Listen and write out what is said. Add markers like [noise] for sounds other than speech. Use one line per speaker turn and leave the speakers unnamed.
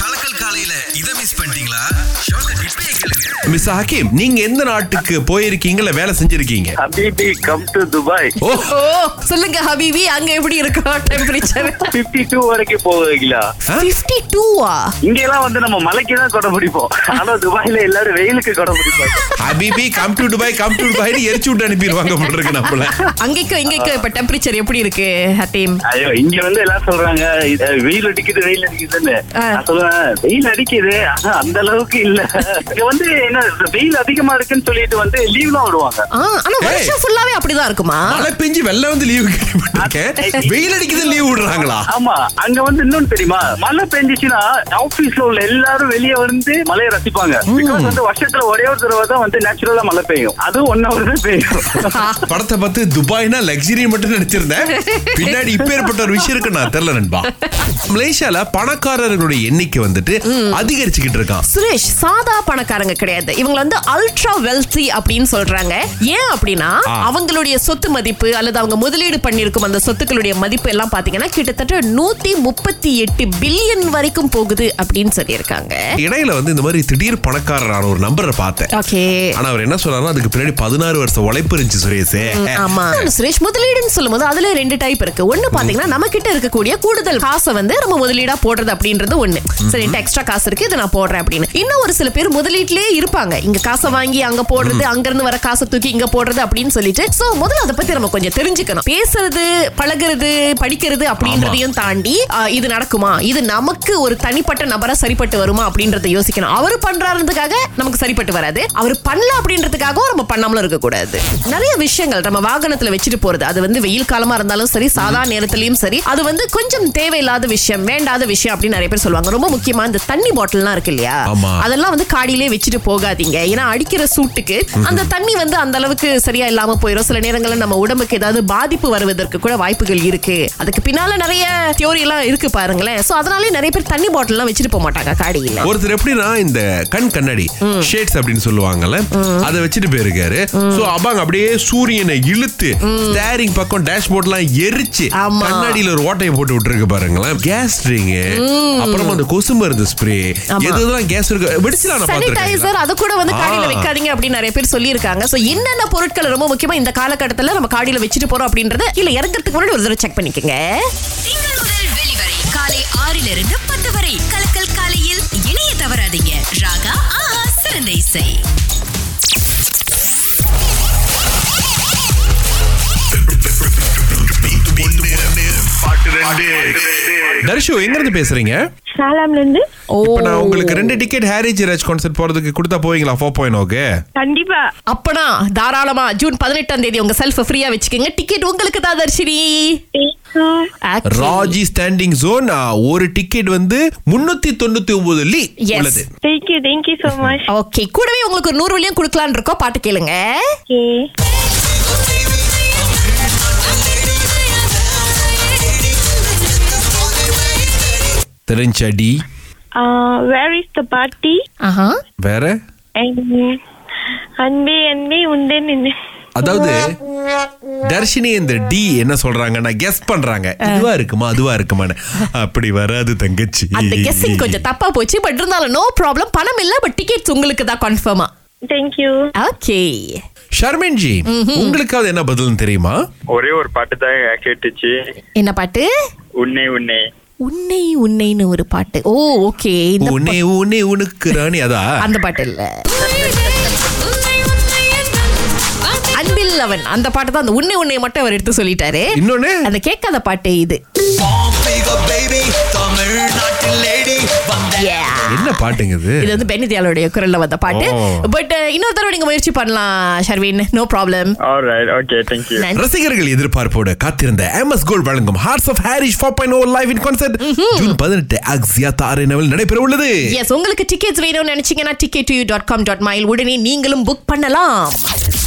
கலக்கல் காலையில இதை மிஸ் பண்ணிட்டீங்களா ஷோக்க இப்பயே கேளுங்க
மிஸ் ஹக்கீம் நீங்க எந்த நாட்டுக்கு போயிருக்கீங்க இல்ல வேலை செஞ்சிருக்கீங்க
ஹபீபி கம் டு துபாய்
ஓ
ஓ சொல்லுங்க ஹபிபி அங்க எப்படி இருக்கும் டெம்பரேச்சர்
52 டூ வரைக்கும் போவீங்களா
ஆ?
52 டூவா
இங்க எல்லாம் வந்து நம்ம மலைக்கு தான் கொடை பிடிப்போம் ஆனா துபாய்ல எல்லாரும் வெயிலுக்கு கொடை பிடிப்பாங்க
ஹபிபி come to Dubai come to துபாய்னு எரிச்சு விட்டு அனுப்பிடுவாங்க போல இருக்கு நம்மள
அங்கேக்கும் இங்கேக்கும் இப்ப டெம்பரேச்சர் எப்படி இருக்கு ஹத்தீம்
ஐயோ இங்க வந்து எல்லாம் சொல்றாங்க இது வெயில் அடிக்குது வெயில் அடிக்குதுன்னு
ஆ.
நான் சொல்லுவேன் வெயில் அடிக்குது ஆனா அந்த அளவுக்கு இல்ல இங்க வந்து என்ன வெயில் அதிகமா இருக்குன்னு சொல்லிட்டு வந்து லீவ்லாம் விடுவாங்க
ஆ, ஆனா வருஷம் ஃபுல்லாவே அப்படிதான் இருக்குமா
மழை பெஞ்சு வெள்ளம் வந்து லீவு கேள்விப்பட்டிருக்கேன் வெயில் அடிக்குது லீவு விடுறாங்களா
ஆமா அங்க வந்து இன்னொன்னு தெரியுமா மழை பெஞ்சிச்சுன்னா ஆபீஸ்ல உள்ள எல்லாரும் வெளியே வந்து மழையை ரசிப்பாங்க பிகாஸ் வந்து வருஷத்துல ஒரே ஒரு தடவை தான் வந்து நேச்சுரலா மழை பெய்யும் அதுவும் ஒன் ஹவர் தான் பெய்யும்
படத்தை பார்த்து துபாய்னா லக்ஸரி மட்டும் நினைச்சிருந்தேன் பின்னாடி இப்பேற்பட்ட ஒரு விஷயம் இருக்கு நான் தெரியல நண்பா மலேசியால பணக்காரர்களுடைய எண்ணிக்கை வந்துட்டு அதிகரிச்சுக்கிட்டு இருக்கான்
சுரேஷ் சாதா பணக்காரங்க கிடையாது இவங்க வந்து அல்ட்ரா வெல்தி அப்படின்னு சொல்றாங்க ஏன் அப்படின்னா
ஆ.
அவங்களுடைய சொத்து மதிப்பு அல்லது அவங்க முதலீடு பண்ணிருக்கும் அந்த சொத்துக்களுடைய மதிப்பு எல்லாம் பாத்தீங்கன்னா கிட்டத்தட்ட நூத்தி முப்பத்தி எட்டு பில்லியன் வரைக்கும் போகுது அப்படின்னு சொல்லியிருக்காங்க
இடையில வந்து இந்த மாதிரி திடீர் பணக்காரரான ஒரு நம்பரை பார்த்தேன்
ஓகே
ஆனா அவர் என்ன சொல்றாருன்னா அதுக்கு பின்னாடி பதினாறு வருஷம் உழைப்பு இருந்துச்சு சுரேஷே [laughs]
ஆமா சுரேஷ் முதலீடுன்னு சொல்லும்போது அதுல ரெண்டு டைப் இருக்கு ஒண்ணு பாத்தீங்கன்னா நம்ம கிட்ட இருக்கக்கூடிய கூடுதல் காசை வந்து நம்ம முதலீடா போடுறது அப்படின்றது ஒண்ணு சரி என்கிட்ட எக்ஸ்ட்ரா காசு இருக்கு இதை நான் போடுறேன் அப்படின்னு இன்னும் ஒரு சில பேர் முதலீட்டிலேயே இருப்பாங்க இங்க காசை வாங்கி அங்க போடுறது அங்க இருந்து வர காசை தூக்கி இங்க போடுறது அப்படின்னு சொல்லிட்டு சோ முதல்ல அதை பத்தி நம்ம கொஞ்சம் தெரிஞ்சுக்கணும் பேசுறது பழகுறது படிக்கிறது அப்படின்றதையும் தாண்டி ஆ, இது நடக்குமா இது நமக்கு ஒரு தனிப்பட்ட நபரா சரிப்பட்டு வருமா அப்படின்றத யோசிக்கணும் அவர் பண்றாருன்றதுக்காக நமக்கு சரிப்பட்டு வராது அவர் பண்ணல அப்படின்றதுக்காகவும் நம்ம பண்ணாமலும் இருக்க கூடாது நிறைய விஷயங்கள் நம்ம வாகனத்துல வச்சுட்டு போறது அது வந்து வெயில் காலமா இருந்தாலும் சரி சாதா நேரத்திலயும் சரி அது வந்து கொஞ்சம் தேவையில்லாத விஷயம் வேண்டாத விஷயம் அப்படின்னு நிறைய பேர் சொல்லுவாங்க ரொம்ப முக்கியமா இந்த தண்ணி பாட்டில்லாம் இருக்கு இல்லையா
ஆமா.
அதெல்லாம் வந்து காடியிலே வச்சுட்டு போகாதீங்க ஏன்னா அடிக்கிற சூட்டுக்கு அந்த தண்ணி வந்து அந்த அளவுக்கு சரியா இல்லாம போயிடும் சில நேரங்கள்ல நம்ம உடம்புக்கு ஏதாவது பாதிப்பு வருவதற்கு கூட வாய்ப்புகள் இருக்கு அதுக்கு பின்னால நிறைய தியோரி எல்லாம் இருக்கு பாருங்களேன் சோ அதனாலே நிறைய பேர் தண்ணி பாட்டில் எல்லாம் வச்சுட்டு போக மாட்டாங்க காடியில
ஒருத்தர் எப்படின்னா இந்த கண் கண்ணாடி ஷேட்ஸ் அப்படின்னு சொல்லுவாங்கல்ல அதை வச்சுட்டு போயிருக்காரு சோ அபாங்க அப்படியே சூரியனை இழுத்து ஸ்டேரிங் பக்கம் டேஷ்போர்ட் எல்லாம் எரிச்சு
ஆமா.
கண்ணாடியில ஒரு ஓட்டையை போட்டு விட்டுருக்கு பாருங்களேன் கேஸ் ஸ்ட்ரிங் அப்புறமா அந்த கொசு மருந்து ஸ்ப்ரே
ஆமா.
எதுலாம் கேஸ் இருக்கு வெடிச்சலாம் நான்
சானிடைசர்
பார்த்திருக்கேன்.
அது கூட வந்து காடியில
ஆ.
வைக்காதீங்க அப்படின்னு நிறைய பேர் சொல்லியிருக்காங்க சோ என்னென்ன பொருட்கள் ரொம்ப முக்கியமா இந்த காலகட்டத்துல நம்ம காடியில வச்சுட்டு போறோம் அப்படின்றத இல்ல இறங்குறதுக்கு முன்னாடி ஒரு தடவை செக் பண்ணிக்கங்க
திங்கள் முதல் வெளிவரை காலை ஆறிலிருந்து பத்து வரை கலக்கல் காலையில் இணைய தவறாதீங்க ராகா ஆஹா சிறந்த இசை
தர்ஷு எங்க இருந்து பேசுறீங்க
சேலம்ல இருந்து
ஓ
இப்ப நான் உங்களுக்கு ரெண்டு டிக்கெட் ஹாரிஜ் ராஜ் கான்சர்ட் போறதுக்கு கொடுத்தா போவீங்களா ஃபோர் பாயிண்ட் ஓகே
கண்டிப்பா
அப்பனா தாராளமா ஜூன் பதினெட்டாம் தேதி உங்க செல்ஃப் ஃப்ரீயா வச்சுக்கோங்க டிக்கெட் உங்களுக்கு தான் Dharshini Actually,
Raji standing zone ஒரு டிக்கெட் வந்து முன்னூத்தி தொண்ணூத்தி ஒன்பது லீ
Yes.
உள்ளது
thank you thank you so much
okay கூடவே உங்களுக்கு ஒரு நூறு வழியும் கொடுக்கலான்னு இருக்கோம் பாட்டு கேளுங்க
ஓகே
தெரிஞ்சடி
வேர் இஸ் த பார்ட்டி
ஆஹா
வேற
அன்பே அன்பே உண்டே நின்று
அதாவது தர்ஷினி இந்த டி என்ன சொல்றாங்கன்னா கெஸ் பண்றாங்க இதுவா இருக்குமா அதுவா
[laughs]
இருக்குமான்னு அப்படி வராது தங்கச்சி
அந்த கெஸ்ஸிங் கொஞ்சம் தப்பா போச்சு பட் இருந்தாலும் நோ ப்ராப்ளம் பணம் இல்ல பட் டிக்கெட்ஸ் உங்களுக்கு தான் கன்ஃபார்மா
தேங்க்யூ
ஓகே
ஷர்மின்ஜி உங்களுக்காவது என்ன பதில்னு தெரியுமா
ஒரே ஒரு பாட்டு தான் கேட்டுச்சு
என்ன பாட்டு
உன்னை உன்னை
உன்னை உன்னைன்னு ஒரு பாட்டு ஓ ஓகே இந்த
உன்னே உன்னே உனக்கு ராணி அதா
பா- அந்த பாட்டு இல்ல
உன்னை உன்னை என்றும் பாட்டு
அன்பில் அவன் அந்த பாட்டு தான் அந்த உன்னை உன்னை மட்டும் அவர் எடுத்து சொல்லிட்டாரு
இன்னொன்னு
அந்த கேட்காத பாட்டு இது
பேபி தமிழ்நாட்டு லேடி வந்த
Yeah.
என்ன பாட்டுங்க இது
இது வந்து பெனிதியாலுடைய குரல்ல வந்த பாட்டு
ஓ.
பட் இன்னொரு தடவை நீங்க முயற்சி பண்ணலாம் Sharvin no problem
alright okay thank you
ரசிகர்கள் எதிர்பார்ப்போடு காத்திருந்த எம்எஸ் கோல்ட் வழங்கும் hearts of Harris four point O live in concert June பதினெட்டு அக்ஸியாத் அரேனாவில் நடைபெற உள்ளது
எஸ் உங்களுக்கு டிக்கெட்ஸ் வேணும்னு நினைச்சீங்கன்னா ticket to dot com dot my உடனே நீங்களும் புக் பண்ணலாம்